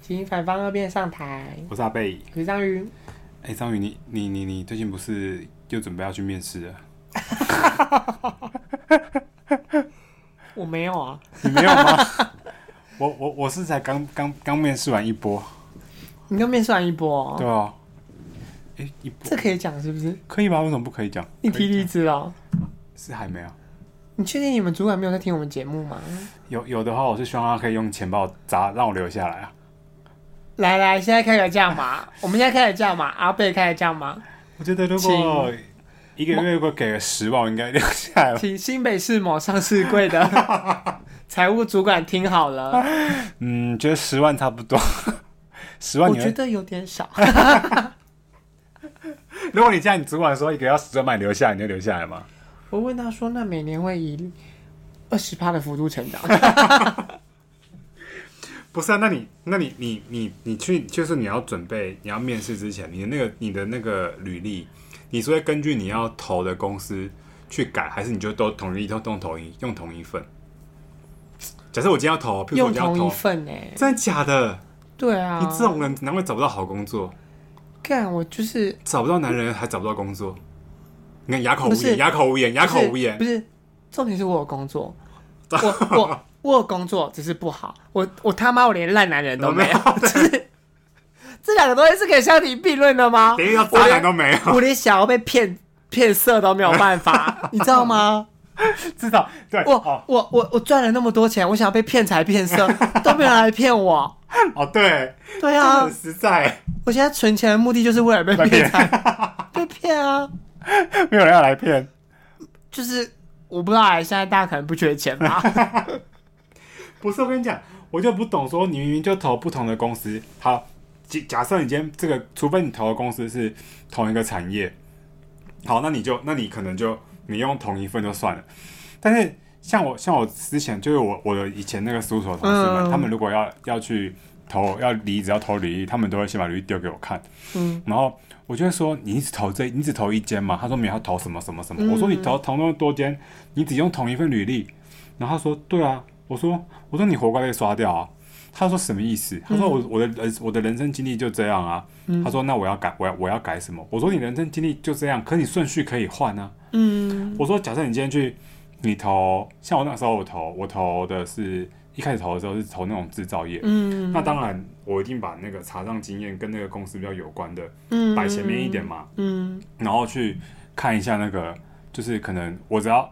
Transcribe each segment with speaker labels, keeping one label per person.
Speaker 1: 请反方二辩上台。
Speaker 2: 我是阿贝。
Speaker 1: 我是章鱼，
Speaker 2: 哎、章鱼，你你你你最近不是又准备要去面试了？
Speaker 1: 我没有啊，
Speaker 2: 你没有 吗？我我我是才刚刚刚面试完一波，
Speaker 1: 你跟面试完一波、
Speaker 2: 对
Speaker 1: 哦，
Speaker 2: 啊。哎、一波
Speaker 1: 这可以讲是不是？
Speaker 2: 可以吗？为什么不可以讲？
Speaker 1: 你
Speaker 2: 可以
Speaker 1: 提离职了？
Speaker 2: 是还没有。
Speaker 1: 你确定你们主管没有在听我们节目吗？
Speaker 2: 有有的话，我是希望他可以用钱把我砸，让我留下来啊。
Speaker 1: 来来，现在开始价码， 我们现在开始价码，阿贝开始价码，
Speaker 2: 我觉得如果一个月如果给个十万，我应该留下来了。
Speaker 1: 请新北市某上市柜的 财务主管听好了，
Speaker 2: 嗯，觉得十万差不多。 十万
Speaker 1: 我
Speaker 2: 你
Speaker 1: 觉
Speaker 2: 会，啊
Speaker 1: 得有点少。
Speaker 2: 如果你叫你主管说一个月要十万把你留下来，你就留下来吗？
Speaker 1: 我问他说，那每年会以二十趴的幅度成 长，
Speaker 2: 不是啊，那你那你你你你去，就是你要准备你要面试之前，你的那个你的那个履历，你是会根据你要投的公司去改，还是你就都统一都都统一用同一份？假设我今天要投，譬如说我
Speaker 1: 用
Speaker 2: 今天要
Speaker 1: 同一
Speaker 2: 投，
Speaker 1: 份呢、
Speaker 2: 真的假的？
Speaker 1: 对啊，
Speaker 2: 你这种人难怪找不到好工作，
Speaker 1: 干我就是
Speaker 2: 找不到男人还找不到工作。你看哑口无
Speaker 1: 不是
Speaker 2: 言，哑口无言，哑口无言
Speaker 1: 不。是，不是重点是我有工作，我 我我有工作，只是不好，我我他妈我连烂男人都哦没有， 就是这两个东西是可以相提并论的吗？
Speaker 2: 连一个渣男都没有。
Speaker 1: 我连想要被骗骗色都没有办法， 你知道吗？
Speaker 2: 知道对，
Speaker 1: 我
Speaker 2: 哦
Speaker 1: 我我我赚了那么多钱，我想要被骗财骗 色，都没有人来骗我。
Speaker 2: 哦对，
Speaker 1: 对
Speaker 2: 这
Speaker 1: 啊
Speaker 2: 很，实在，
Speaker 1: 我现在存钱的目的就是为了被
Speaker 2: 被
Speaker 1: 骗
Speaker 2: 骗
Speaker 1: 财，被骗啊！
Speaker 2: 没有人要来骗。
Speaker 1: 就是我不知道啊，现在大家可能不缺钱 吧？
Speaker 2: 不是，我跟你讲，我就不懂说你明明就投不同的公司。好，假假设你今天这个，除非你投的公司是同一个产业，好，那你就那你可能就你用同一份就算了。但是像我像我之前就是我我的以前那个事务所的同事们，
Speaker 1: 嗯
Speaker 2: 他们如果要要去投要离职要投履历，他们都会先把履历丢给我看，
Speaker 1: 嗯，
Speaker 2: 然后。我就会说，你只投这，你只投一间嘛？他说没有，他投什么什么什
Speaker 1: 嗯
Speaker 2: 么。我说你投投那么多间，你只用同一份履历，然后他说：“对啊。”我说：“我说你活该被刷掉啊。”他说：“什么意思？”他说：“我我的人我的人生经历就这样啊。他说：“那我要改，我要我要改什么？”我说：“你人生经历就这样，可你顺序可以换啊。”
Speaker 1: 嗯，
Speaker 2: 我说：“假设你今天去，你投像我那时候我投我投的是一开始投的时候是投那种制造业，
Speaker 1: 嗯
Speaker 2: 那当然我一定把那个查账经验跟那个公司比较有关的
Speaker 1: 嗯
Speaker 2: 摆前面一点嘛。
Speaker 1: 嗯
Speaker 2: 然后去看一下那个，就是可能我只要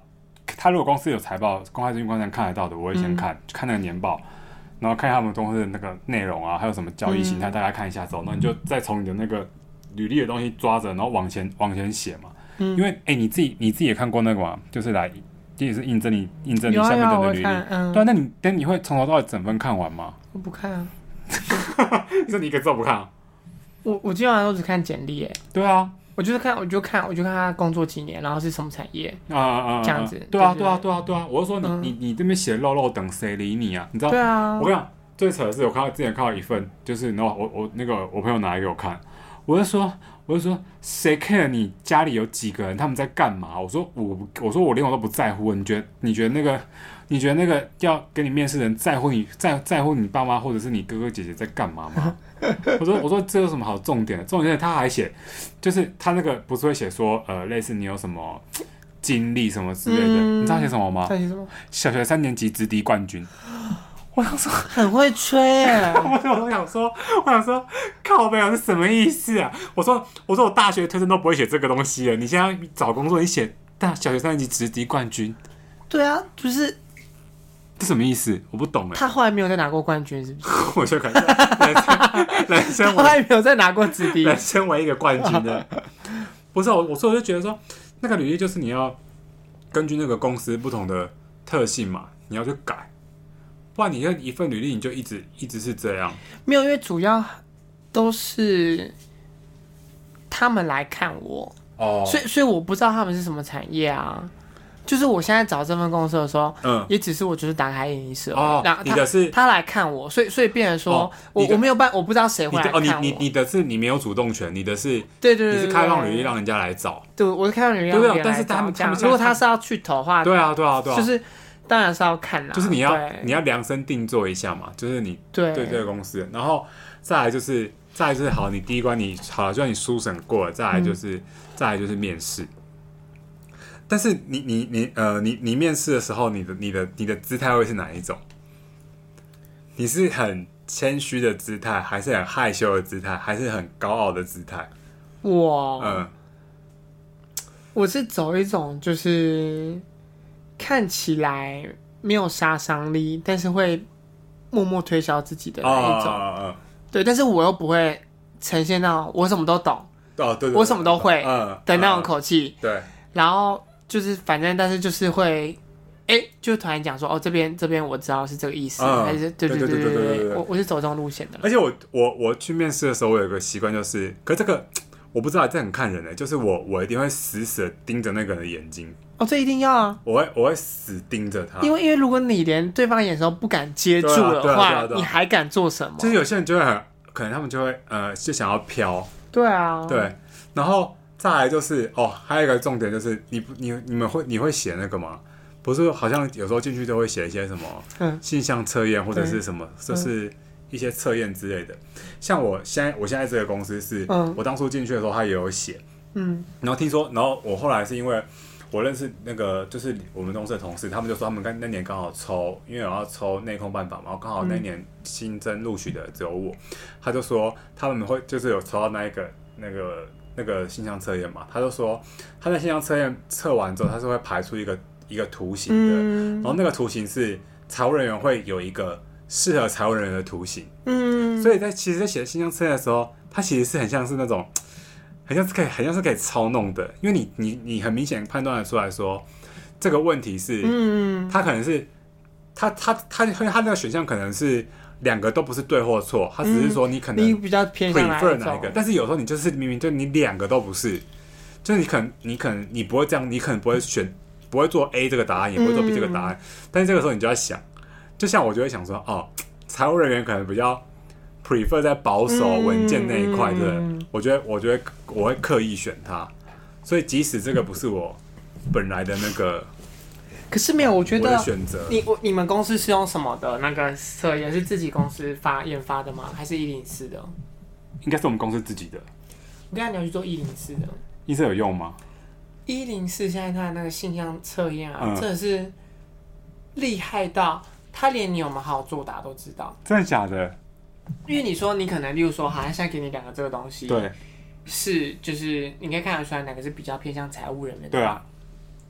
Speaker 2: 他如果公司有财报，公开资讯观察看得到的，我会先
Speaker 1: 嗯
Speaker 2: 看、看那个年报，然后看他们公司的那个内容啊，还有什么交易形态，大概看一下
Speaker 1: 嗯
Speaker 2: 之后，那你就再从你的那个履历的东西抓着，然后往前往前写嘛。
Speaker 1: 嗯
Speaker 2: 因为哎、你自己你自己也看过那个嘛，就是来这也是印证你印证你
Speaker 1: 有啊
Speaker 2: 下面
Speaker 1: 有啊，
Speaker 2: 的
Speaker 1: 我
Speaker 2: 履历。
Speaker 1: 看，嗯，
Speaker 2: 对啊，那你但你会从头到尾整份看完吗？
Speaker 1: 我不看啊，
Speaker 2: 是你一个字都不看、啊？
Speaker 1: 我我基本上都只看简历，哎，
Speaker 2: 对啊，
Speaker 1: 我就是看，我就看，我就看他工作几年，然后是什么产业，
Speaker 2: 啊啊啊！啊
Speaker 1: 这样子
Speaker 2: 对啊，
Speaker 1: 对
Speaker 2: 对啊，对啊，对啊！我是说你、
Speaker 1: 嗯
Speaker 2: 你你这边写漏漏等谁理你啊？你知道
Speaker 1: 对啊
Speaker 2: 我，跟你讲，最扯的是，我看到之前看到一份，就是然后我我那个我朋友拿来给我看，我就说我就说谁 care 你家里有几个人，他们在干嘛？我说我不我说我连我都不在乎，你觉得你觉得那个你觉得那个要跟你面试的人在乎你在在乎你爸妈或者是你哥哥姐姐在干嘛吗？ 我说我说这有什么好重点的？重点是他还写，就是他那个不是会写说呃类似你有什么经历什么之类的，
Speaker 1: 嗯
Speaker 2: 你知道写什么吗？
Speaker 1: 在写什么？
Speaker 2: 小学三年级直敌冠军。我想说，
Speaker 1: 很会吹，哎，
Speaker 2: 我我想说，我想说，靠背啊，是什么意思啊？我说，我说我大学推荐都不会写这个东西了，你现在找工作，你写大小学三年级直敌冠军，
Speaker 1: 对啊，就是
Speaker 2: 这什么意思？我不懂哎、
Speaker 1: 他后来没有再拿过冠军，是不是？
Speaker 2: 我就感觉人生人生
Speaker 1: 后
Speaker 2: 我
Speaker 1: 来没有再拿过子弟，
Speaker 2: 人生为一个冠军的，不是啊我我说我就觉得说，那个履历就是你要根据那个公司不同的特性嘛，你要去改，不然你这一份履历你就一直一直是这样。
Speaker 1: 没有，因为主要都是他们来看我，
Speaker 2: 哦
Speaker 1: 所以所以我不知道他们是什么产业啊。就是我现在找这份公司的时候，
Speaker 2: 嗯
Speaker 1: 也只是我就是打开影音社，
Speaker 2: 哦
Speaker 1: 然后
Speaker 2: 你
Speaker 1: 他
Speaker 2: 的是
Speaker 1: 他来看我，所以所以变成说、
Speaker 2: 哦
Speaker 1: 我
Speaker 2: 你的
Speaker 1: 我没有办，我不知道谁会
Speaker 2: 你
Speaker 1: 来
Speaker 2: 的
Speaker 1: 看我。
Speaker 2: 哦，你你你的是你没有主动权，你的是
Speaker 1: 对对对
Speaker 2: 你
Speaker 1: 对，
Speaker 2: 是开放履历
Speaker 1: 对
Speaker 2: 让人家来找。
Speaker 1: 对，我是开放履历让别
Speaker 2: 对啊
Speaker 1: 人来
Speaker 2: 但是他们
Speaker 1: 找这
Speaker 2: 他们
Speaker 1: 样
Speaker 2: 现
Speaker 1: 如
Speaker 2: 在
Speaker 1: 果他是要去投的话，
Speaker 2: 对啊，对啊，对啊，
Speaker 1: 就是当然是要看啦，
Speaker 2: 就是你要
Speaker 1: 对
Speaker 2: 你要量身定做一下嘛，就是你
Speaker 1: 对
Speaker 2: 对这个公司，然后再来就是再来就是好，你第一关你好了，就算你初审过了，再来就是、
Speaker 1: 嗯
Speaker 2: 再来就是面试。但是你你你呃你你面试的时候，你的你的你的姿态会是哪一种？你是很谦虚的姿态，还是很害羞的姿态，还是很高傲的姿态？
Speaker 1: 我、
Speaker 2: 嗯，
Speaker 1: 我是走一种就是看起来没有杀伤力，但是会默默推销自己的那一种。
Speaker 2: 哦
Speaker 1: 对，但是我又不会呈现到我什么都懂
Speaker 2: 哦对，对
Speaker 1: 我什么都
Speaker 2: 对
Speaker 1: 会
Speaker 2: 嗯
Speaker 1: 的那种
Speaker 2: 嗯
Speaker 1: 口气，
Speaker 2: 对，
Speaker 1: 然后就是反正但是就是会。哎、就突然讲说，哦，这边这边我知道是这个意思，
Speaker 2: 嗯
Speaker 1: 还是对
Speaker 2: 对
Speaker 1: 对
Speaker 2: 对
Speaker 1: 对
Speaker 2: 对对对对
Speaker 1: 我我是走这种路线的啦。
Speaker 2: 而且我我我去面试的时候，我有个习惯就是，可这个我不知道，这很看人的、就是我我一定会死死的盯着那个人的眼睛，
Speaker 1: 哦，这一定要啊，
Speaker 2: 我会我会死盯着他，
Speaker 1: 因为因为如果你连对方眼神都不敢接住
Speaker 2: 对啊
Speaker 1: 的
Speaker 2: 对啊
Speaker 1: 话，
Speaker 2: 对啊对啊
Speaker 1: 你还敢做什么？
Speaker 2: 就是有些人就会很，可能他们就会呃就想要飘，
Speaker 1: 对啊，
Speaker 2: 对，然后再来就是哦，还有一个重点就是你不你你们会你会写那个吗？不是，好像有时候进去都会写一些什么
Speaker 1: 嗯
Speaker 2: 性向测验或者是什么，就是一些测验之类的。像我现在我现在这个公司是，
Speaker 1: 嗯
Speaker 2: 我当初进去的时候他也有写，
Speaker 1: 嗯
Speaker 2: 然后听说，然后我后来是因为我认识那个就是我们公司的同事，他们就说他们刚那年刚好抽，因为我要抽内控办法嘛，然后刚好那年新增录取的只有我，他就说他们会就是有抽到那一个那个那个性向测验嘛，他就说他在性向测验测完之后，他是会排出一个一个图形的，然
Speaker 1: 嗯
Speaker 2: 后那个图形是财务人员会有一个适合财务人员的图形。
Speaker 1: 嗯，
Speaker 2: 所以在其实，在写新疆测验的时候，它其实是很像是那种，很像是可以，很像是可以操弄的，因为你你你很明显判断的出来说，这个问题是，
Speaker 1: 嗯
Speaker 2: 它可能是，它它它它那个选项可能是两个都不是对或错，它只是说你可能
Speaker 1: 嗯你比较偏向哪
Speaker 2: prefer
Speaker 1: 一
Speaker 2: 哪一个
Speaker 1: 种？？
Speaker 2: 但是有时候你就是明明就你两个都不是，就是你可能你可能你不会这样，你可能不会选，不会做 A 这个答案，也不会做 B 这个答
Speaker 1: 嗯
Speaker 2: 案。但是这个时候你就要想，就像我就会想说，哦，财务人员可能比较 prefer 在保守
Speaker 1: 嗯
Speaker 2: 文件那一块，
Speaker 1: 嗯
Speaker 2: 对不
Speaker 1: 嗯
Speaker 2: 对？我觉得，我觉得我会刻意选它，所以即使这个不是我本来的那个
Speaker 1: 可是没有，我觉
Speaker 2: 我的
Speaker 1: 得
Speaker 2: 选择，
Speaker 1: 你我你们公司是用什么的那个测验？是自己公司发研发的吗？还是一零四的？
Speaker 2: 应该是我们公司自己的，
Speaker 1: 我跟你要去做一零四的。
Speaker 2: 医生有用吗？
Speaker 1: 一零四现在它的那个性向测验啊，
Speaker 2: 嗯
Speaker 1: 真的是厉害到他连你有没有好好作答都知道。
Speaker 2: 真的假的？
Speaker 1: 因为你说你可能，例如说，好，他现在给你两个这个东西，，
Speaker 2: 对
Speaker 1: 是就是你可以看得出来哪个是比较偏向财务人员的，
Speaker 2: 对啊，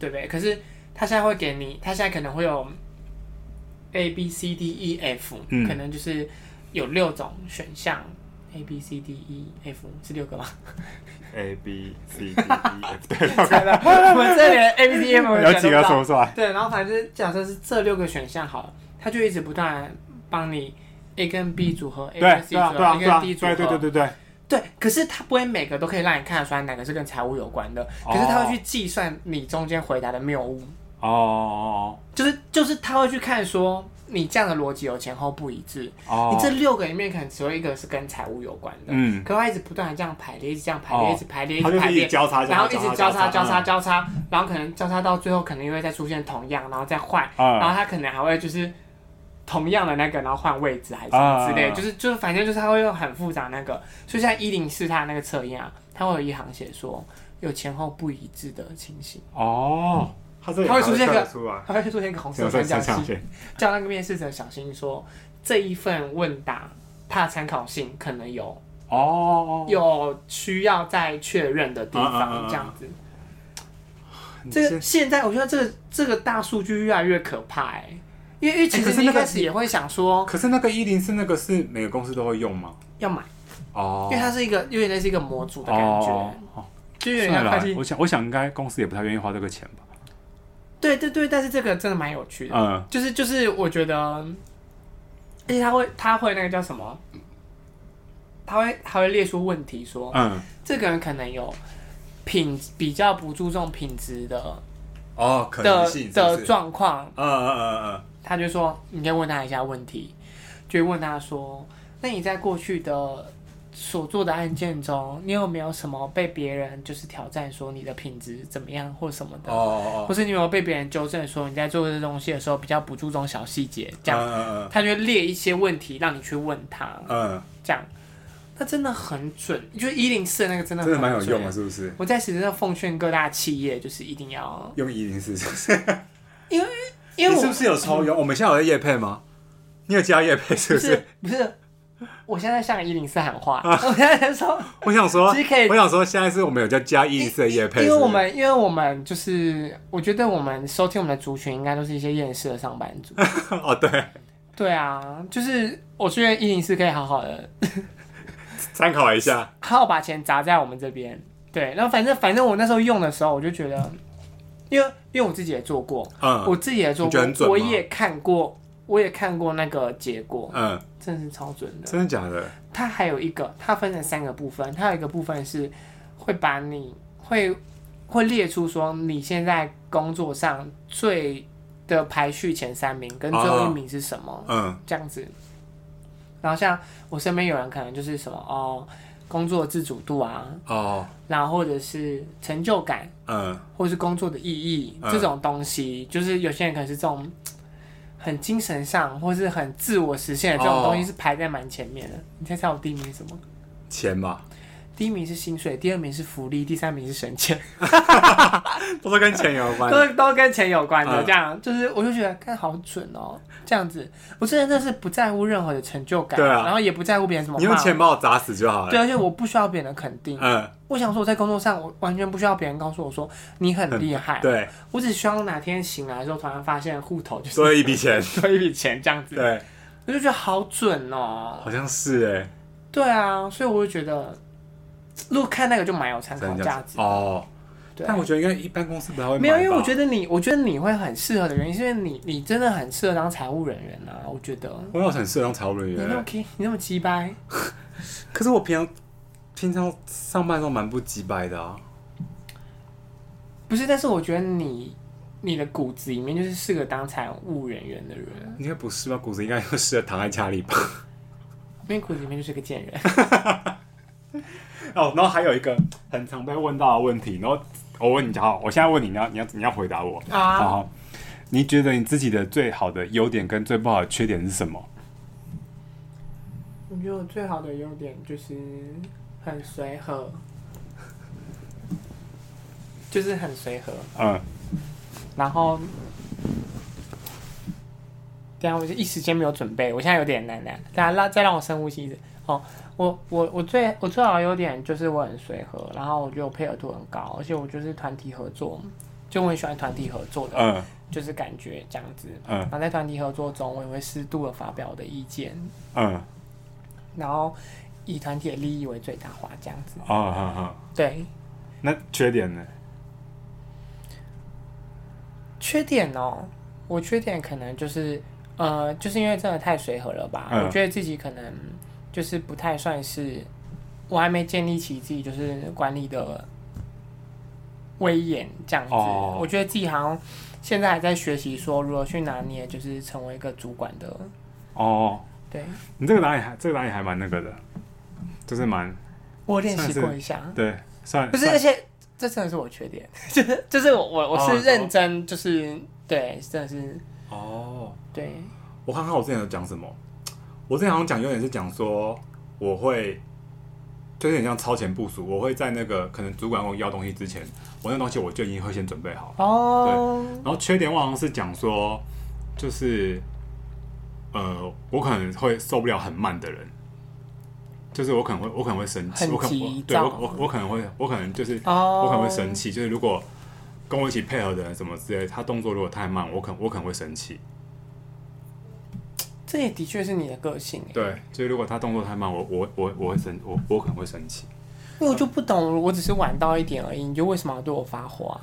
Speaker 1: 对不对？可是他现在会给你，他现在可能会有 A B C D E F，、
Speaker 2: 嗯
Speaker 1: 可能就是有六种选项。A B C D E F 是六个 吗？
Speaker 2: ，A B C D E F，对，
Speaker 1: 猜到我们这里的 A B C D E F 我
Speaker 2: 有
Speaker 1: 讲
Speaker 2: 几
Speaker 1: 不
Speaker 2: 个
Speaker 1: 到
Speaker 2: 说出来？
Speaker 1: 对，然后反正假设是这六个选项好了，他就一直不断地帮你 A 跟 B 组合，A
Speaker 2: 对
Speaker 1: 跟 C
Speaker 2: 对
Speaker 1: 组
Speaker 2: 啊
Speaker 1: 合
Speaker 2: 对啊
Speaker 1: ，A
Speaker 2: 对啊
Speaker 1: 跟
Speaker 2: 对
Speaker 1: D 组
Speaker 2: 对
Speaker 1: 合，
Speaker 2: 对对对，
Speaker 1: 对，可是他不会每个都可以让你看得出来哪个是跟财务有关的，可是他会去计算你中间回答的谬误，
Speaker 2: 哦哦
Speaker 1: 就是就是他会去看说你这样的逻辑有前后不一致，
Speaker 2: 哦哦，
Speaker 1: 你这六个里面可能只有一个是跟财务有关的，
Speaker 2: 嗯
Speaker 1: 可他一直不断的这样排列，一直这样排列，
Speaker 2: 哦
Speaker 1: 一直排列，一
Speaker 2: 他
Speaker 1: 直
Speaker 2: 就
Speaker 1: 排
Speaker 2: 是一直
Speaker 1: 列。
Speaker 2: 交叉，
Speaker 1: 然后一直交叉交叉
Speaker 2: 嗯
Speaker 1: 交叉，然后可能交叉到最后，可能又会再出现同样，然后再换，
Speaker 2: 嗯
Speaker 1: 然后他可能还会就是同样的那个，然后换位置还是什么之类，
Speaker 2: 啊
Speaker 1: 就是就是反正就是他会用很复杂那个，所以像一零四他的那个测验啊，他会有一行写说有前后不一致的情形，
Speaker 2: 哦，他这
Speaker 1: 它会出现一个
Speaker 2: 出来，
Speaker 1: 他会出现一个红色
Speaker 2: 有
Speaker 1: 三
Speaker 2: 三
Speaker 1: 角
Speaker 2: 三
Speaker 1: 形
Speaker 2: 角，形，
Speaker 1: 叫那个面试者小心说这一份问答它的参考性可能有
Speaker 2: 哦，
Speaker 1: 有需要再确认的地
Speaker 2: 啊啊啊啊
Speaker 1: 方，
Speaker 2: 啊
Speaker 1: 这样子。
Speaker 2: 你
Speaker 1: 这
Speaker 2: 先
Speaker 1: 个现在我觉得这个这个大数据越来越可怕、欸，因为因为其
Speaker 2: 欸可
Speaker 1: 实
Speaker 2: 是
Speaker 1: 你一
Speaker 2: 那个
Speaker 1: 开始也会想说
Speaker 2: 可是那个一零四那个是每个公司都会用吗？
Speaker 1: 要买，
Speaker 2: 哦
Speaker 1: 因为，它是一个有点类似一个模组的感
Speaker 2: 哦
Speaker 1: 觉，，就有点
Speaker 2: 算
Speaker 1: 像
Speaker 2: 了
Speaker 1: 会
Speaker 2: 啦，
Speaker 1: 计。
Speaker 2: 我想我想应该公司也不太愿意花这个钱吧，
Speaker 1: 对对对，但是这个真的蛮有趣的，
Speaker 2: 嗯，
Speaker 1: 就是就是我觉得，而且他会他会那个叫什么，他会他会列出问题说，
Speaker 2: 嗯，
Speaker 1: 这个人可能有品比较不注重品质的
Speaker 2: 哦，可
Speaker 1: 的的
Speaker 2: 状，
Speaker 1: 状况，
Speaker 2: 嗯嗯嗯嗯
Speaker 1: 他就说你可以问他一下问题，就会问他说，那你在过去的所做的案件中，你有没有什么被别人就是挑战说你的品质怎么样或什么的，
Speaker 3: 哦
Speaker 1: 或是你有没有被别人纠正说你在做这东西的时候比较不注重小细节
Speaker 3: 哦，
Speaker 1: 这样？
Speaker 3: 嗯
Speaker 1: 他就会列一些问题让你去问他，
Speaker 3: 嗯
Speaker 1: 这样，那真的很准，就是一零四那个真
Speaker 3: 嗯，
Speaker 1: 的
Speaker 3: 真的蛮有
Speaker 1: 很准
Speaker 3: 用的，。是不是？
Speaker 1: 我在此真的奉劝各大企业，就是一定要，
Speaker 3: 用一零四，
Speaker 1: 因为
Speaker 3: 你
Speaker 1: 我嗯
Speaker 3: 是不是有超用？我们现在有在夜配吗？你有接到夜配是啊
Speaker 1: 不
Speaker 3: 不是
Speaker 1: 是？不是，我现在向一零四喊话，我现在 在说，
Speaker 3: 我想说
Speaker 1: 其实可以，
Speaker 3: 我想说，现在是我们有叫加一零四的夜配，
Speaker 1: 因为
Speaker 3: 是不
Speaker 1: 我
Speaker 3: 是
Speaker 1: 们因为我们就是，我觉得我们收听我们的族群应该都是一些厌世的上班 族。
Speaker 3: 哦对，
Speaker 1: 对啊，就是我觉得一零四可以好好的，
Speaker 3: 参考一下。
Speaker 1: 好好把钱砸在我们这边。对，然后反正反正我那时候用的时候，我就觉得，因为因为我自己也做过，
Speaker 3: 嗯
Speaker 1: 我自己也做
Speaker 3: 你觉
Speaker 1: 过
Speaker 3: 得很，准吗
Speaker 1: 我也看过，我也看过那个结果，
Speaker 3: 嗯，
Speaker 1: 真的是超准的。
Speaker 3: 真的假的？
Speaker 1: 它还有一个，它分成三个部分，它有一个部分是会把你会会列出说你现在工作上最的排序前三名跟最后一名是什么、
Speaker 3: 嗯
Speaker 1: 这样子。然后像我身边有人可能就是什么哦，工作自主度啊，
Speaker 3: 哦
Speaker 1: 然后或者是成就感，
Speaker 3: 嗯
Speaker 1: 或者是工作的意义、
Speaker 3: 嗯
Speaker 1: 这种东西，就是有些人可能是这种。很精神上，或是很自我实现的这种东西
Speaker 3: 哦
Speaker 1: 是排在蛮前面的。你猜猜我第一名是什么？
Speaker 3: 钱吧，
Speaker 1: 第一名是薪水，第二名是福利，第三名是省 钱，
Speaker 3: 都是跟钱有关。
Speaker 1: 都都跟钱有关的。
Speaker 3: 哎嗯
Speaker 1: 这样就是，我就觉得看好准哦，这样子，我真的是不在乎任何的成就感，
Speaker 3: 对啊
Speaker 1: 然后也不在乎别人怎么
Speaker 3: 你用
Speaker 1: 骂
Speaker 3: 钱
Speaker 1: 我，
Speaker 3: 把我砸死就好了。
Speaker 1: 对，而且我不需要别人的肯定。
Speaker 3: 嗯，
Speaker 1: 我想说我在工作上，我完全不需要别人告诉我说你很厉害，
Speaker 3: 对，
Speaker 1: 我只希望哪天醒来的时候，突然发现户头就是
Speaker 3: 多一笔钱。
Speaker 1: 多一笔钱这样子，
Speaker 3: 对，
Speaker 1: 我就觉得好准哦。
Speaker 3: 好像是哎，
Speaker 1: 对啊，所以我就觉得，如果看那个就蛮有参考
Speaker 3: 真的
Speaker 1: 价
Speaker 3: 假
Speaker 1: 值
Speaker 3: 的。哦。
Speaker 1: 对啊
Speaker 3: 但我觉得应该一般公司不太会买吧。
Speaker 1: 没有，因为我觉得你，我觉得你会很适合的原因，是因为你，你真的很适合当财务人员啊。我觉得
Speaker 3: 我有很适合当财务人
Speaker 1: 你那么
Speaker 3: 员，
Speaker 1: k 你那么鸡掰，
Speaker 3: 可是我平常平常上班都蛮不鸡掰的啊。
Speaker 1: 不是？但是我觉得你，你的骨子里面就是适合当财务人员的人，
Speaker 3: 应该不是吧？骨子应该就适合躺在家里吧。
Speaker 1: 因为骨子里面就是个贱人。
Speaker 2: 哦，然后还有一个很常被问到的问题，然后我问你，好，我现在问你，你要你要你要回答我
Speaker 1: 啊
Speaker 2: 好好，你觉得你自己的最好的优点跟最不好的缺点是什么？
Speaker 1: 我觉得我最好的优点就是很随和，就是很随和。
Speaker 2: 嗯，
Speaker 1: 然后，等一下我就一时间没有准备，我现在有点难难。大家让再让我深呼吸一次。哦，我我我最我最好的优点就是我很随和，然后我觉得我配合度很高，而且我就是团体合作，就我很喜欢团体合作的，
Speaker 2: 嗯
Speaker 1: 就是感觉这样子。
Speaker 2: 嗯
Speaker 1: 然后在团体合作中，我也会适度的发表我的意见，
Speaker 2: 嗯
Speaker 1: 然后以团体的利益为最大化，这样子。
Speaker 2: 哦哦哦，
Speaker 1: 对，
Speaker 2: 那缺点呢？
Speaker 1: 缺点哦，我缺点可能就是，呃，就是因为真的太随和了吧，
Speaker 2: 嗯
Speaker 1: 我觉得自己可能就是不太算是，我还没建立起自己就是管理的威严这样子。
Speaker 2: 哦
Speaker 1: 我觉得自己好像现在还在学习说如何去拿捏，就是成为一个主管的，
Speaker 2: 哦，
Speaker 1: 对
Speaker 2: 你这个答案还这个答案还蛮那个的，就是蛮
Speaker 1: 我有练习
Speaker 2: 算是
Speaker 1: 过一下，
Speaker 2: 对，算
Speaker 1: 不是，
Speaker 2: 算
Speaker 1: 而且这真的是我缺点， 就是就是我我我
Speaker 3: 哦
Speaker 1: 是认真，就是、对，真的是
Speaker 3: 哦，
Speaker 1: 对，
Speaker 3: 我看看我之前有讲什么，我之前好像讲有点是讲说我会，就有点像超前部署，我会在那个可能主管跟我要东西之前，我那东西我就已经会先准备好。
Speaker 1: 哦，
Speaker 2: 然后缺点我好像是讲说，就是呃，我可能会受不了很慢的人，就是我可能会我可能会生气，
Speaker 1: 很
Speaker 2: 我可能
Speaker 1: 急
Speaker 2: 我对
Speaker 1: 躁
Speaker 2: 我我我可能会我可能就是、
Speaker 1: 哦，
Speaker 2: 我可能会生气，就是如果跟我一起配合的人什么之类，他动作如果太慢，我可能我可能会生气。
Speaker 1: 这也的确是你的个性欸，
Speaker 2: 对，就是如果他动作太慢，我我我我会生我我可能会生气。
Speaker 1: 因为我就不懂，我只是晚到一点而已，你就为什么要对我发 火？啊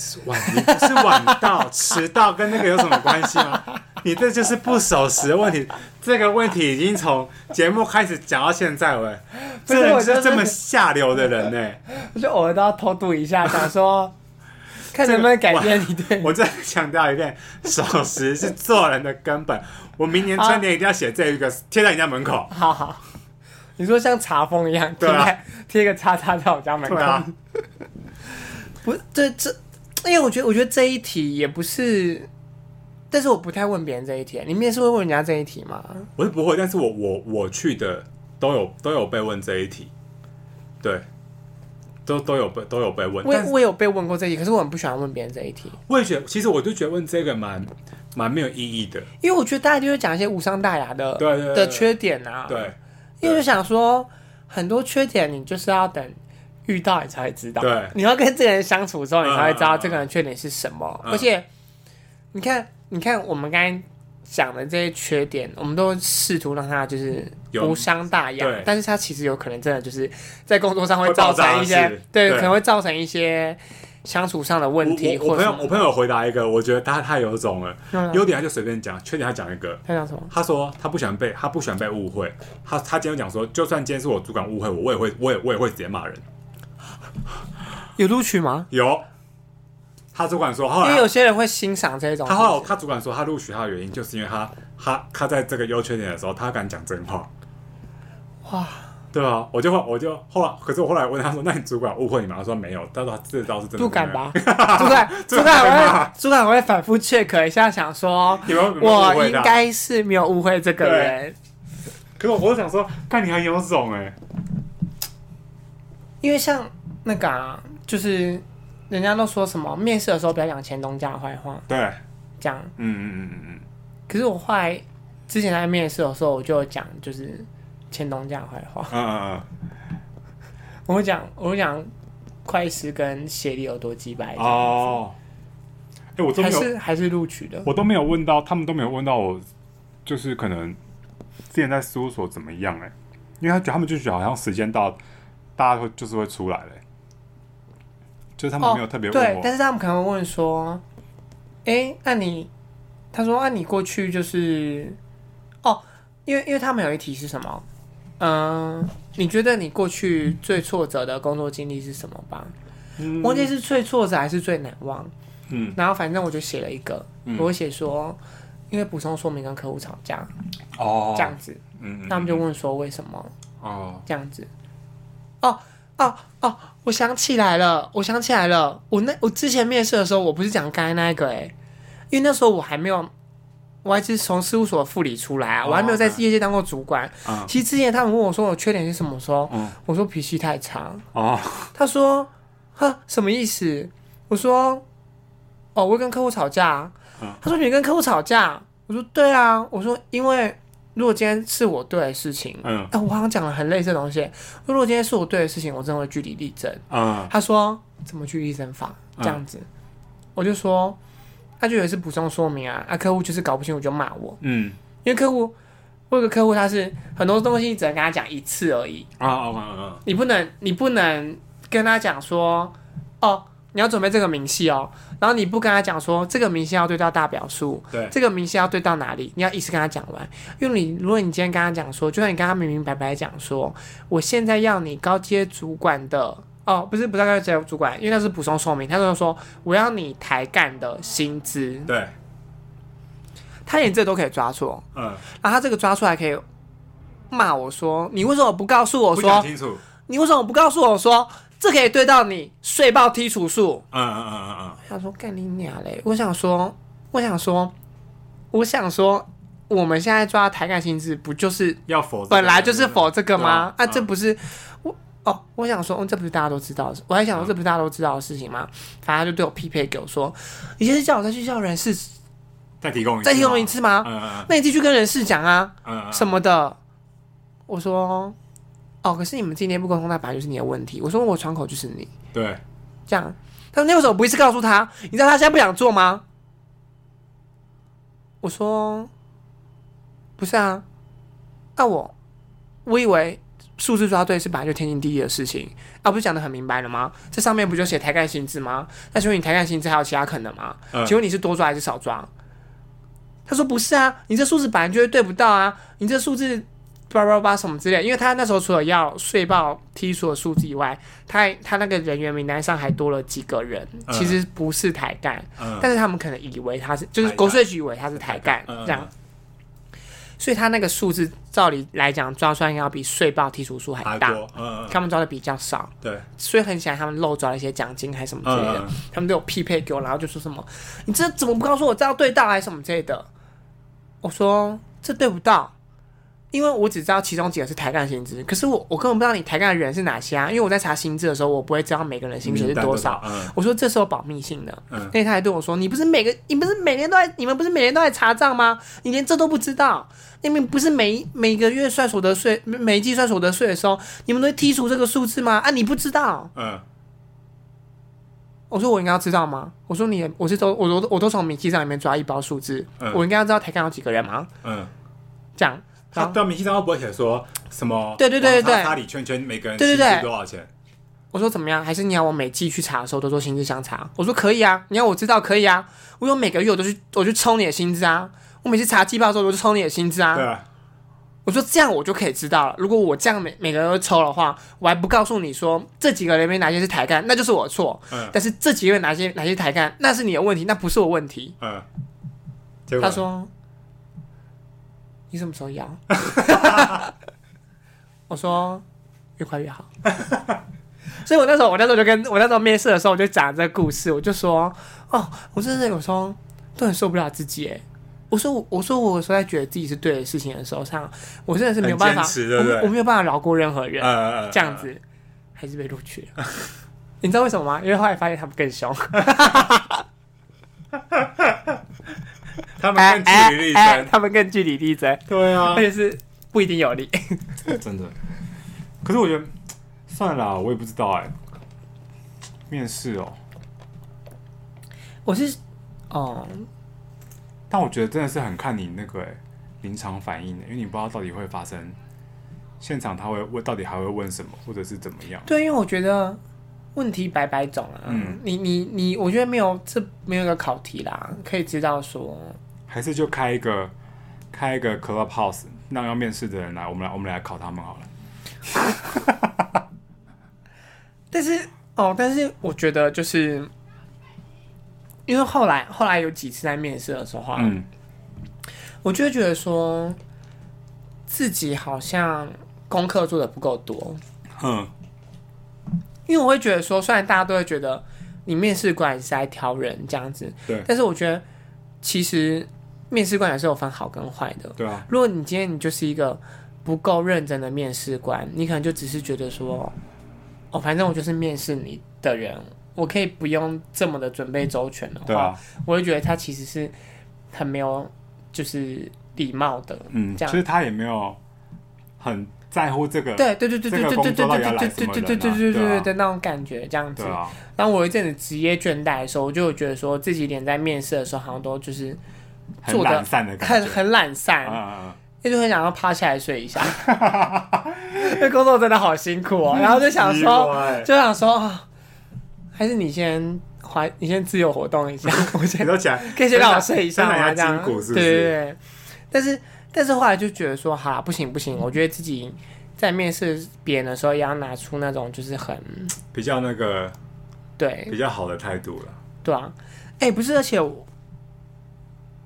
Speaker 3: 是晚，你不是晚到、迟到跟那个有什么关系 吗？你这就是不守时的问题。这个问题已经从节目开始讲到现在了，
Speaker 1: 不是
Speaker 3: 这人
Speaker 1: 我就是
Speaker 3: 这么下流的人呢、
Speaker 1: 我就偶尔都要偷渡一 下，想说看能不能改变你对
Speaker 3: 我再强调一遍，守时是
Speaker 2: 啊
Speaker 3: 做人的根本。我明年春联一定要写这一个贴在人家门口。
Speaker 1: 好好，你说像查封一样贴
Speaker 2: 对啊
Speaker 1: 在贴个叉叉在我家门口
Speaker 2: 对，啊，
Speaker 1: 不是这这，因为我觉得我觉得这一题也不是，但是我不太问别人这一题，欸你们也是会问人家这一题吗？
Speaker 2: 我是不会，但是我我我去的都有都有被问这一题，对，都都有被都有被问，
Speaker 1: 我也
Speaker 2: 但是
Speaker 1: 我也有被问过这一题，可是我很不喜欢问别人这一题，
Speaker 2: 我也觉得，其实我就觉得问这个蛮蛮没有意义的，
Speaker 1: 因为我觉得大家就会讲一些无伤大雅的
Speaker 2: 对对对
Speaker 1: 的缺点啊，
Speaker 2: 对
Speaker 1: 因为我想说，很多缺点你就是要等遇到你才会知道。
Speaker 2: 对
Speaker 1: 你要跟这个人相处之后，你才会知道
Speaker 2: 嗯
Speaker 1: 这个人缺点是什么。
Speaker 2: 嗯
Speaker 1: 而且，你看，你看我们刚才讲的这些缺点，我们都试图让他就是
Speaker 2: 有
Speaker 1: 无伤大雅
Speaker 2: 对，
Speaker 1: 但是他其实有可能真的就是在工作上会
Speaker 2: 会
Speaker 1: 造
Speaker 2: 爆炸
Speaker 1: 成一些
Speaker 2: 是，
Speaker 1: 对，
Speaker 2: 对
Speaker 1: 可能会造成一些相处上的问题，
Speaker 2: 我我我
Speaker 1: 或
Speaker 2: 朋
Speaker 1: 者
Speaker 2: 友我朋友回答一个，我觉得他太有种了，
Speaker 1: 友
Speaker 2: 优点他就随便讲，缺点他讲一个。
Speaker 1: 他讲什么？
Speaker 2: 他说他不喜欢被他不喜欢被误会，他他今天讲说，就算今天是我主管误会我，我也会我也我也会直接骂人。
Speaker 1: 有录取吗？
Speaker 2: 有，他主管说后
Speaker 1: 因为
Speaker 2: 来
Speaker 1: 有些人会欣赏这种，
Speaker 2: 啊他后来他主管说他录取他的原因，就是因为他他他在这个优缺点的时候，他敢讲真话。
Speaker 1: 哇，
Speaker 2: 对啊，我就我就后来，可是我后来问他说，那你主管误会你吗？他说没有，他说他这招是真的。
Speaker 1: 主管？吧， 主管，主
Speaker 2: 主管
Speaker 1: 管
Speaker 2: 被
Speaker 1: 我
Speaker 2: 骂
Speaker 1: 会，主管我会反复 check 一下，想说
Speaker 2: 你们有没有误
Speaker 1: 我
Speaker 2: 会
Speaker 1: 应
Speaker 2: 他。
Speaker 1: 该是没有误会这个人，
Speaker 2: 可是我我想说，看你很有种哎、
Speaker 1: 因为像那个啊，就是人家都说什么面试的时候不要讲前东家的坏话，
Speaker 2: 对，
Speaker 1: 这样。
Speaker 2: 嗯嗯嗯嗯
Speaker 1: 可是我后来之前在面试的时候，我就有讲就是前东家的坏话，
Speaker 2: 嗯嗯
Speaker 1: 我会讲，我会讲快师跟协力有多鸡掰
Speaker 2: 嗯，，哦，哎、我都
Speaker 1: 还
Speaker 2: 没有，
Speaker 1: 是还是录取的。
Speaker 4: 我都没有问到，他们都没有问到我，就是可能之前在事务所怎么样哎、因为他觉得他们就觉得好像时间到，大家会就是会出来嘞、就是他们没有特别问
Speaker 1: 哦对
Speaker 4: 我，，
Speaker 1: 但是他们可能会问说：“哎、那你？”他说：“啊那你过去就是……哦，因为因为他们有一题是什么？嗯、你觉得你过去最挫折的工作经历是什么吧？
Speaker 2: 嗯
Speaker 1: 忘记是最挫折还是最难忘。
Speaker 2: 嗯
Speaker 1: 然后反正我就写了一个，
Speaker 2: 嗯
Speaker 1: 我写说，因为补充说明跟客户吵架、
Speaker 2: 哦
Speaker 1: 这样子，
Speaker 2: 嗯，嗯
Speaker 1: 他们就问说为什么？
Speaker 2: 哦，
Speaker 1: 这样子。哦哦哦，我想起来了，我想起来了，我那我之前面试的时候，我不是讲刚才那个哎、因为那时候我还没有，我还是从事务所副理出来啊，
Speaker 2: 哦
Speaker 1: 我还没有在
Speaker 2: 嗯
Speaker 1: 业界当过主管。
Speaker 2: 嗯
Speaker 1: 其实之前他们问我说我缺点是什么时候，
Speaker 2: 嗯
Speaker 1: 我说脾气太差，
Speaker 4: 哦，
Speaker 1: 他说呵什么意思？我说哦，我会跟客户吵架啊。
Speaker 2: 嗯
Speaker 1: 他说你跟客户吵架？我说对啊，我说因为如果今天是我对的事情，
Speaker 2: 嗯
Speaker 1: 哎、我好像讲了很类似的东西。如果今天是我对的事情，我真的会据理力争。
Speaker 2: 嗯
Speaker 1: 他说怎么据理力争法？这样子，我就说，他就以为是补充说明啊，啊，客户就是搞不清楚就骂我，
Speaker 2: 嗯
Speaker 1: 因为客户，我有个客户他是很多东西只能跟他讲一次而已，
Speaker 2: 啊啊啊
Speaker 1: 你不能你不能跟他讲说，哦，你要准备这个明细哦，然后你不跟他讲说这个明细要对到大表述，
Speaker 2: 对
Speaker 1: 这个明细要对到哪里，你要一次跟他讲完。因为你如果你今天跟他讲说，就算你跟他明明白白讲说，我现在要你高阶主管的。哦，不是，不是高阶主管，因为那是补充说明。他就说我要你抬干的薪资，
Speaker 2: 对，
Speaker 1: 他连这都可以抓错，
Speaker 2: 嗯，
Speaker 1: 然后他这个抓出来可以骂我说，你为什么不告诉我
Speaker 2: 不
Speaker 1: 说
Speaker 2: 讲清楚，
Speaker 1: 你为什么不告诉我说这可以对到你税报剔除数？
Speaker 2: 嗯嗯嗯嗯
Speaker 1: 我想说干你娘嘞！我想说，我想说，我想说，我们现在抓抬杠心智，不就是
Speaker 2: 要否
Speaker 1: 本来就是否这个吗？啊，
Speaker 2: 啊，
Speaker 1: 这不是我哦，我想说，哦，这不是大家都知道的事，我还想说，这不是大家都知道的事情吗？反正他就对我匹配给我说，你现在叫我再去叫人事啊
Speaker 2: 再提供
Speaker 1: 再提供一，次吗？
Speaker 2: 嗯嗯
Speaker 1: 那你继续跟人事讲啊，
Speaker 2: 嗯，
Speaker 1: 什么的。我说，哦，可是你们今天不沟通，那本来就是你的问题。我说我窗口就是你。
Speaker 2: 对，
Speaker 1: 这样。他说：“那为什么不一次告诉他？你知道他现在不想做吗？”我说：“不是啊，那、我我以为数字抓对是本来就天经地义的事情，啊，不是讲的很明白了吗？这上面不就写抬杠薪资吗？那请问你抬杠薪资还有其他可能吗？
Speaker 2: 嗯
Speaker 1: 请问你是多抓还是少抓？”他说：“不是啊，你这数字本来就会对不到啊，你这数字叭叭叭什么之类，因为他那时候除了要税报剔除的数字以外，他他那个人员名单上还多了几个人，
Speaker 2: 嗯
Speaker 1: 其实不是台干，
Speaker 2: 嗯
Speaker 1: 但是他们可能以为他是，就是
Speaker 2: 台干
Speaker 4: 嗯
Speaker 1: 国税局以为他是台干
Speaker 2: 嗯
Speaker 1: 这样。所以他那个数字照理来讲抓出来应该要比税报剔除数还
Speaker 3: 还
Speaker 1: 大，
Speaker 3: 多，嗯嗯嗯，
Speaker 1: 他们抓的比较少，
Speaker 3: 对，
Speaker 1: 所以很显然他们漏抓了一些奖金还是什么之类的，
Speaker 3: 嗯嗯嗯
Speaker 1: 他们都有匹配给我，然后就说什么你这怎么不告诉我这要对到还是什么之类的，我说这对不到。因为我只知道其中几个是抬杠薪资，可是我我根本不知道你抬杠的人是哪些啊！因为我在查薪资的时候，我不会知道每个人的薪水是
Speaker 3: 名单
Speaker 1: 多少，
Speaker 3: 嗯
Speaker 1: 我说这是有保密性的，
Speaker 3: 嗯
Speaker 1: 那他还对我说：“你不是每个，你不是每年都在，你们不是每年都在查账吗？你连这都不知道？你们不是每每个月算所得税，每每一季算所得税的时候，你们都会剔除这个数字吗？啊，你不知道？
Speaker 3: 嗯，
Speaker 1: 我说我应该要知道吗？我说你，我是都我都我都从明细账里面抓一包数字，
Speaker 3: 嗯
Speaker 1: 我应该要知道台杠有几个人吗？
Speaker 3: 嗯，
Speaker 1: 这样，
Speaker 3: 他
Speaker 1: 然后
Speaker 3: 到明细账不会写说什么？
Speaker 1: 对对对对对
Speaker 3: 擦里圈圈，每个人
Speaker 1: 对对
Speaker 3: 薪资
Speaker 1: 对
Speaker 3: 多少钱？
Speaker 1: 我说怎么样？还是你要我每季去查的时候都做薪资相查？我说可以啊，你要我知道可以啊，我有每个月我都去我去抽你的薪资啊，我每次查季报的时候我就抽你的薪资啊。
Speaker 3: 对啊，
Speaker 1: 我说这样我就可以知道了。如果我这样每每个人都抽的话，我还不告诉你说这几个人里面哪些是抬杠，那就是我的错。
Speaker 3: 嗯
Speaker 1: 但是这几个人哪些哪些抬杠，那是你的问题，那不是我问题。
Speaker 3: 嗯，结果
Speaker 1: 他说：“你什么时候要？” 我说：“越快越好。” 所以我那时候，我那时候就跟我那时候面试的时候，我就讲这个故事，我就说：“哦，我真的有时候都很受不了自己。”哎，我说我我说我有时候在觉得自己是对的事情的时候上，我真的是没有办法，
Speaker 3: 很坚持对不
Speaker 1: 我
Speaker 3: 对
Speaker 1: 没我没有办法饶过任何人，
Speaker 3: 呃
Speaker 1: 这样，子还是被录取了。 你知道为什么吗？因为后来发现他们更凶。
Speaker 3: 嗯他们更据理力争。
Speaker 1: 哎他们更据理力争，
Speaker 3: 对啊
Speaker 1: 而，且是不一定有理。
Speaker 2: 真的。可是我觉得算了啦，我也不知道哎、面试哦、
Speaker 1: 我是，哦，
Speaker 2: 但我觉得真的是很看你那个、欸、临场反应的、因为你不知道到底会发生，现场他会问到底还会问什么，或者是怎么样。
Speaker 1: 对，因为我觉得问题百百种啊。
Speaker 2: 嗯
Speaker 1: 你你你，我觉得没有这没有一个考题啦，可以知道说，
Speaker 2: 还是就开一个开一个 clubhouse，让要面试的人来，我们来我们来考他们好了。
Speaker 1: 但是哦，但是我觉得就是。因为后来后来有几次在面试的时候啊，
Speaker 2: 嗯，
Speaker 1: 我就会觉得说，自己好像功课做的不够多，
Speaker 3: 嗯
Speaker 2: 哼，
Speaker 1: 因为我会觉得说，虽然大家都会觉得你面试官也是在挑人这样子，
Speaker 2: 对
Speaker 1: 但是我觉得其实面试官也是有分好跟坏的。
Speaker 2: 对啊，
Speaker 1: 如果你今天你就是一个不够认真的面试官，你可能就只是觉得说，哦，反正我就是面试你的人，我可以不用这么的准备周全的
Speaker 2: 对
Speaker 1: 话，
Speaker 2: 啊，
Speaker 1: 我会觉得他其实是很没有就是礼貌的。
Speaker 2: 嗯，
Speaker 1: 这样
Speaker 2: 就是他也没有很在乎这个，
Speaker 1: 对对对对对对
Speaker 2: 这个
Speaker 1: 对
Speaker 2: 工
Speaker 1: 对
Speaker 2: 作到底
Speaker 1: 对
Speaker 2: 要来
Speaker 1: 对
Speaker 2: 什么
Speaker 1: 对对对
Speaker 2: 人啊
Speaker 1: 对对对
Speaker 2: 对
Speaker 1: 对
Speaker 2: 啊
Speaker 1: 的那种感觉，这样子
Speaker 2: 对。啊，
Speaker 1: 当我有一阵子职业倦怠的时候，我就有觉得说自己连在面试的时候好像都就是
Speaker 2: 很
Speaker 1: 做的
Speaker 2: 懒散的感
Speaker 1: 很
Speaker 2: 觉，
Speaker 1: 很懒
Speaker 2: 嗯
Speaker 3: 啊
Speaker 1: 散，
Speaker 2: 嗯嗯，
Speaker 1: 那就很想要趴下来睡一下。 因为工作真的好辛苦哦，然后
Speaker 3: 哎
Speaker 1: 就想说，
Speaker 3: 意外
Speaker 1: 就想说，啊还是你先怀，你先自由活动一下，我
Speaker 3: 你
Speaker 1: 先
Speaker 3: 都讲，
Speaker 1: 可以先让我睡一下
Speaker 3: 伸展
Speaker 1: 嘛，
Speaker 3: 一
Speaker 1: 这
Speaker 3: 下
Speaker 1: 样。
Speaker 3: 筋骨是不
Speaker 1: 对
Speaker 3: 是
Speaker 1: 对对。但是但是后来就觉得说，哈，不行不行，我觉得自己在面试别人的时候，也要拿出那种就是很
Speaker 3: 比较那个
Speaker 1: 对
Speaker 3: 比较好的态度了。
Speaker 1: 对啊，哎、不是，而且我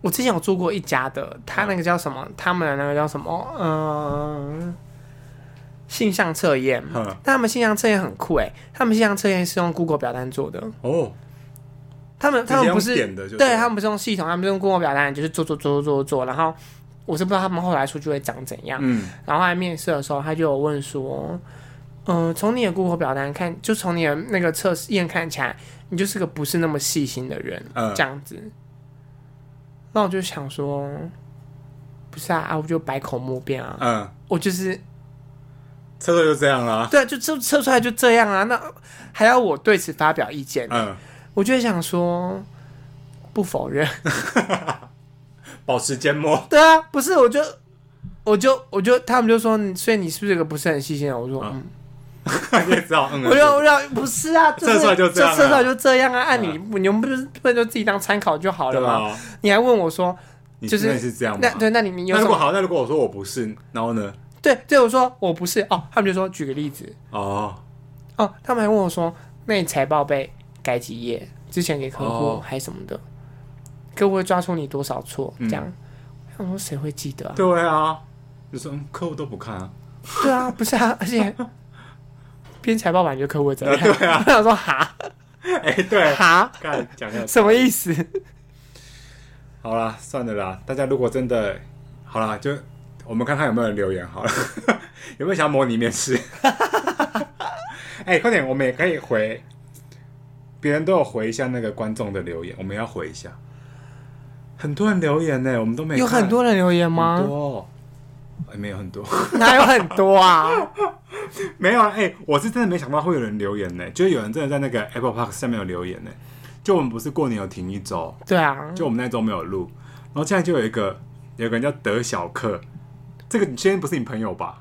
Speaker 1: 我之前有做过一家的，他那个叫什么？他们的那个叫什么？嗯、性向测验。
Speaker 3: 嗯
Speaker 1: 但他们性向测验很酷哎，他们性向测验是用 Google 表单做的。
Speaker 3: 哦，
Speaker 1: 他们他
Speaker 3: 直接
Speaker 1: 们
Speaker 3: 用
Speaker 1: 不是
Speaker 3: 点的就
Speaker 1: 对
Speaker 3: 对
Speaker 1: 他们不是用系统，他们是用 Google 表单，就是做做做做做做。然后我是不知道他们后来数据会长怎样。
Speaker 2: 嗯，
Speaker 1: 然后后来面试的时候，他就有问说，嗯、从你的 Google 表单看，就从你的那个测试验看起来，你就是个不是那么细心的人，
Speaker 3: 嗯
Speaker 1: 这样子。那我就想说，不是啊，啊我就百口莫辩啊，
Speaker 3: 嗯，
Speaker 1: 我就是
Speaker 3: 车队就这样啦。
Speaker 1: 对啊，就测测出来就这样啊，那还要我对此发表意见？
Speaker 3: 嗯，
Speaker 1: 我就会想说，不否认，
Speaker 3: 保持缄默。
Speaker 1: 对啊，不是，我就我就我就他们就说，你所以你是不是个不是很细心的人？我说，嗯
Speaker 3: 嗯你也知道，嗯，
Speaker 1: 我就我就不是啊，
Speaker 3: 测出来 就这样啊
Speaker 1: 测出来就这样啊，按你你们不是不能就自己当参考就好了
Speaker 3: 对啊
Speaker 1: 吗？
Speaker 3: 吧？
Speaker 1: 你还问我说，
Speaker 3: 你
Speaker 1: 就是
Speaker 3: 那你是这样吗
Speaker 1: 那？对，那你你有
Speaker 3: 那
Speaker 1: 什
Speaker 3: 如果
Speaker 1: 么？
Speaker 3: 好，那如果我说我不是，然后呢？
Speaker 1: 对对，我说我不是哦，他们就说举个例子
Speaker 3: 哦，
Speaker 1: 哦，他们还问我说，那你财报被改几页？之前给客户
Speaker 3: 哦嗯
Speaker 1: 还什么的，客户会抓出你多少错？这样，想说谁会记得啊？
Speaker 2: 对啊，就说嗯客户都不看啊，
Speaker 1: 对啊，不是啊，而 且编财报版就客户责任。对 啊，我想说哈
Speaker 2: 哎、对，
Speaker 1: 哈，
Speaker 2: 看讲一下。
Speaker 1: 什么意思？
Speaker 3: 哎
Speaker 2: 好啦，算了啦，大家如果真的好啦，就我们看看有没有人留言好了， 有没有想要模拟面试？ 哎、快点，我们也可以回，别人都有回一下那个观众的留言，我们要回一下。很多人留言呢、我们都没
Speaker 1: 有
Speaker 2: 看
Speaker 1: 很多人留言
Speaker 2: 很
Speaker 1: 吗？
Speaker 2: 多哦、哎没有很多，
Speaker 1: 哪有很多啊？
Speaker 2: 没有啊！哎、我是真的没想到会有人留言呢、就有人真的在那个 Apple Park 下面有留言呢、就我们不是过年有停一周，
Speaker 1: 对啊，
Speaker 2: 就我们那周没有录，然后现在就有一个有个人叫德小克，这个你今天不是你朋友吧？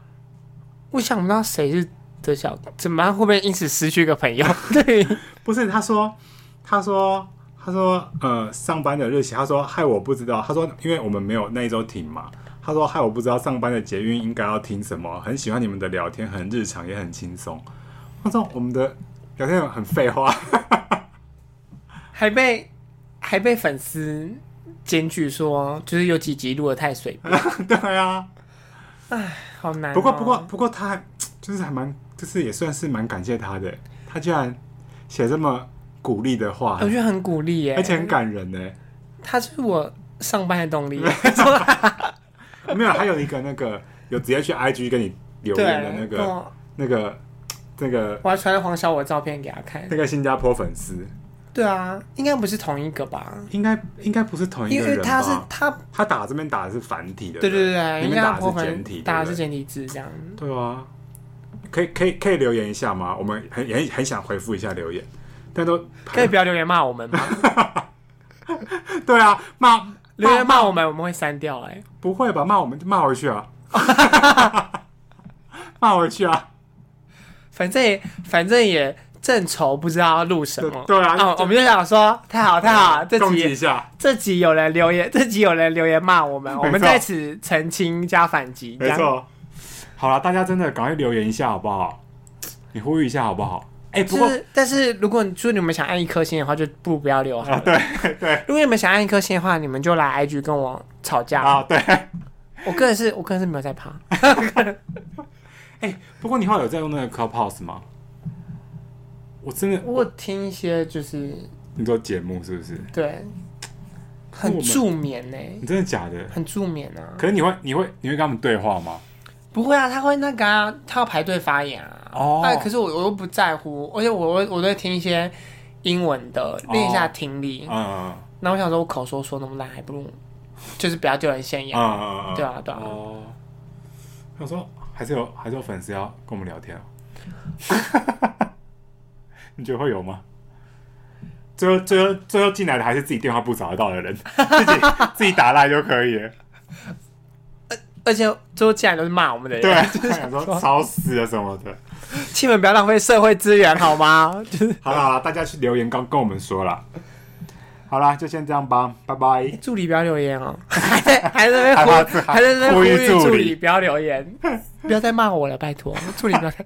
Speaker 1: 我想不到谁是德小，怎么样会不会因此失去一个 朋友？对，
Speaker 2: 不是，他说，他说，他说，呃，上班的日期，他说害我不知道，他说因为我们没有那一周停嘛，他说害我不知道上班的捷运应该要听什么，很喜欢你们的聊天，很日常也很轻松。他说我们的聊天很废话，
Speaker 1: 还被还被粉丝检举说，就是有几集录的太随便，
Speaker 2: 对啊。
Speaker 1: 好难哦、
Speaker 2: 不过不过不过他还就是还蛮就是也算是蛮感谢他的，他居然写这么鼓励的话
Speaker 1: 我，觉得很鼓励耶、
Speaker 2: 而且很感人呢、
Speaker 1: 他是我上班的动 力。啊
Speaker 2: 没有，还有一个那个有直接去 IG 跟你留
Speaker 1: 对
Speaker 2: 言的那，个
Speaker 1: 我
Speaker 2: 那个那个
Speaker 1: 我还传了黄小我的照片给他看
Speaker 2: 那。个新加坡粉丝，
Speaker 1: 对啊，应该不是同一个吧？
Speaker 2: 应该应该不是同一
Speaker 1: 因
Speaker 2: 个
Speaker 1: 为
Speaker 2: 人吧？
Speaker 1: 他是他，
Speaker 2: 他打这边打的是繁体的，
Speaker 1: 对对
Speaker 2: 对
Speaker 1: 对，
Speaker 2: 你
Speaker 1: 应
Speaker 2: 们
Speaker 1: 该
Speaker 2: 打
Speaker 1: 要
Speaker 2: 的
Speaker 1: 泼
Speaker 2: 是简体，
Speaker 1: 粉，打的是
Speaker 2: 对
Speaker 1: 简体字这样。
Speaker 2: 不对对啊，可以可以可以留言一下吗？我们很很很想回复一下留言，但都
Speaker 1: 可以不要留言骂我们 吗？
Speaker 2: 对啊，骂
Speaker 1: 留言骂我们，我们会删掉。哎，
Speaker 2: 不会吧？骂我们就骂回去 啊！骂回去啊！
Speaker 1: 反正也反正也正愁不知道要录什么。
Speaker 2: 对对啊
Speaker 1: 哦我们就想说，太好太好，这
Speaker 2: 攻击一
Speaker 1: 集
Speaker 2: 下，
Speaker 1: 这集有人留言， 这集有人留言骂我们，我们在此澄清加反击。这
Speaker 2: 没
Speaker 1: 样，
Speaker 2: 错。好了，大家真的赶快留言一下好不好？你呼吁一下好不好？哎、不
Speaker 1: 就
Speaker 2: 过
Speaker 1: 是，但是如果你说你们想按一颗星的话，就不如不要留好了。
Speaker 2: 啊
Speaker 1: 对对，如果你们想按一颗星的话，你们就来 IG 跟我吵架。
Speaker 2: 啊，对，哎、
Speaker 1: 我个人是我个人是没有在怕，
Speaker 2: 不过你后来有在用那个 Clubhouse 吗？我真的，
Speaker 1: 我有听一些就是
Speaker 2: 你做节目是不是？
Speaker 1: 对，
Speaker 2: 我
Speaker 1: 很
Speaker 2: 们
Speaker 1: 助眠呢、
Speaker 2: 你真的假的？
Speaker 1: 很助眠啊。
Speaker 5: 可是你会你会你会跟他们对话吗？
Speaker 1: 不会啊，他会那个啊，他要排队发言啊。
Speaker 5: 哦
Speaker 1: 哎，可是我我又不在乎，而且我我我都会听一些英文的，练一下听力。
Speaker 5: 嗯嗯
Speaker 1: 那、我想说，我口说说那么烂，还不如就是不要丢人现眼。
Speaker 5: 嗯嗯嗯，
Speaker 1: 对啊，对啊。
Speaker 5: 哦，他说还是有还是有粉丝要跟我们聊天哦， 你觉得会有吗？最后最后最后进来的还是自己电话簿找得到的人， 自己自己打来就可以了。
Speaker 1: 而且最后进来都是骂我们的人。
Speaker 5: 对，就想说吵死了什么的。
Speaker 1: 亲们不要浪费社会资源好吗？就是
Speaker 5: 好啦，好啦大家去留言刚跟我们说啦。好啦，就先这样吧，拜拜。
Speaker 1: 助理不要留 言哦，还在还在那边
Speaker 5: 害怕
Speaker 1: 呼
Speaker 5: 自害
Speaker 1: 还在那边
Speaker 5: 呼
Speaker 1: 呼
Speaker 5: 吁
Speaker 1: 吁
Speaker 5: 助
Speaker 1: 助
Speaker 5: 理
Speaker 1: 理不要留言，不要再骂我了，拜托，助理不要再。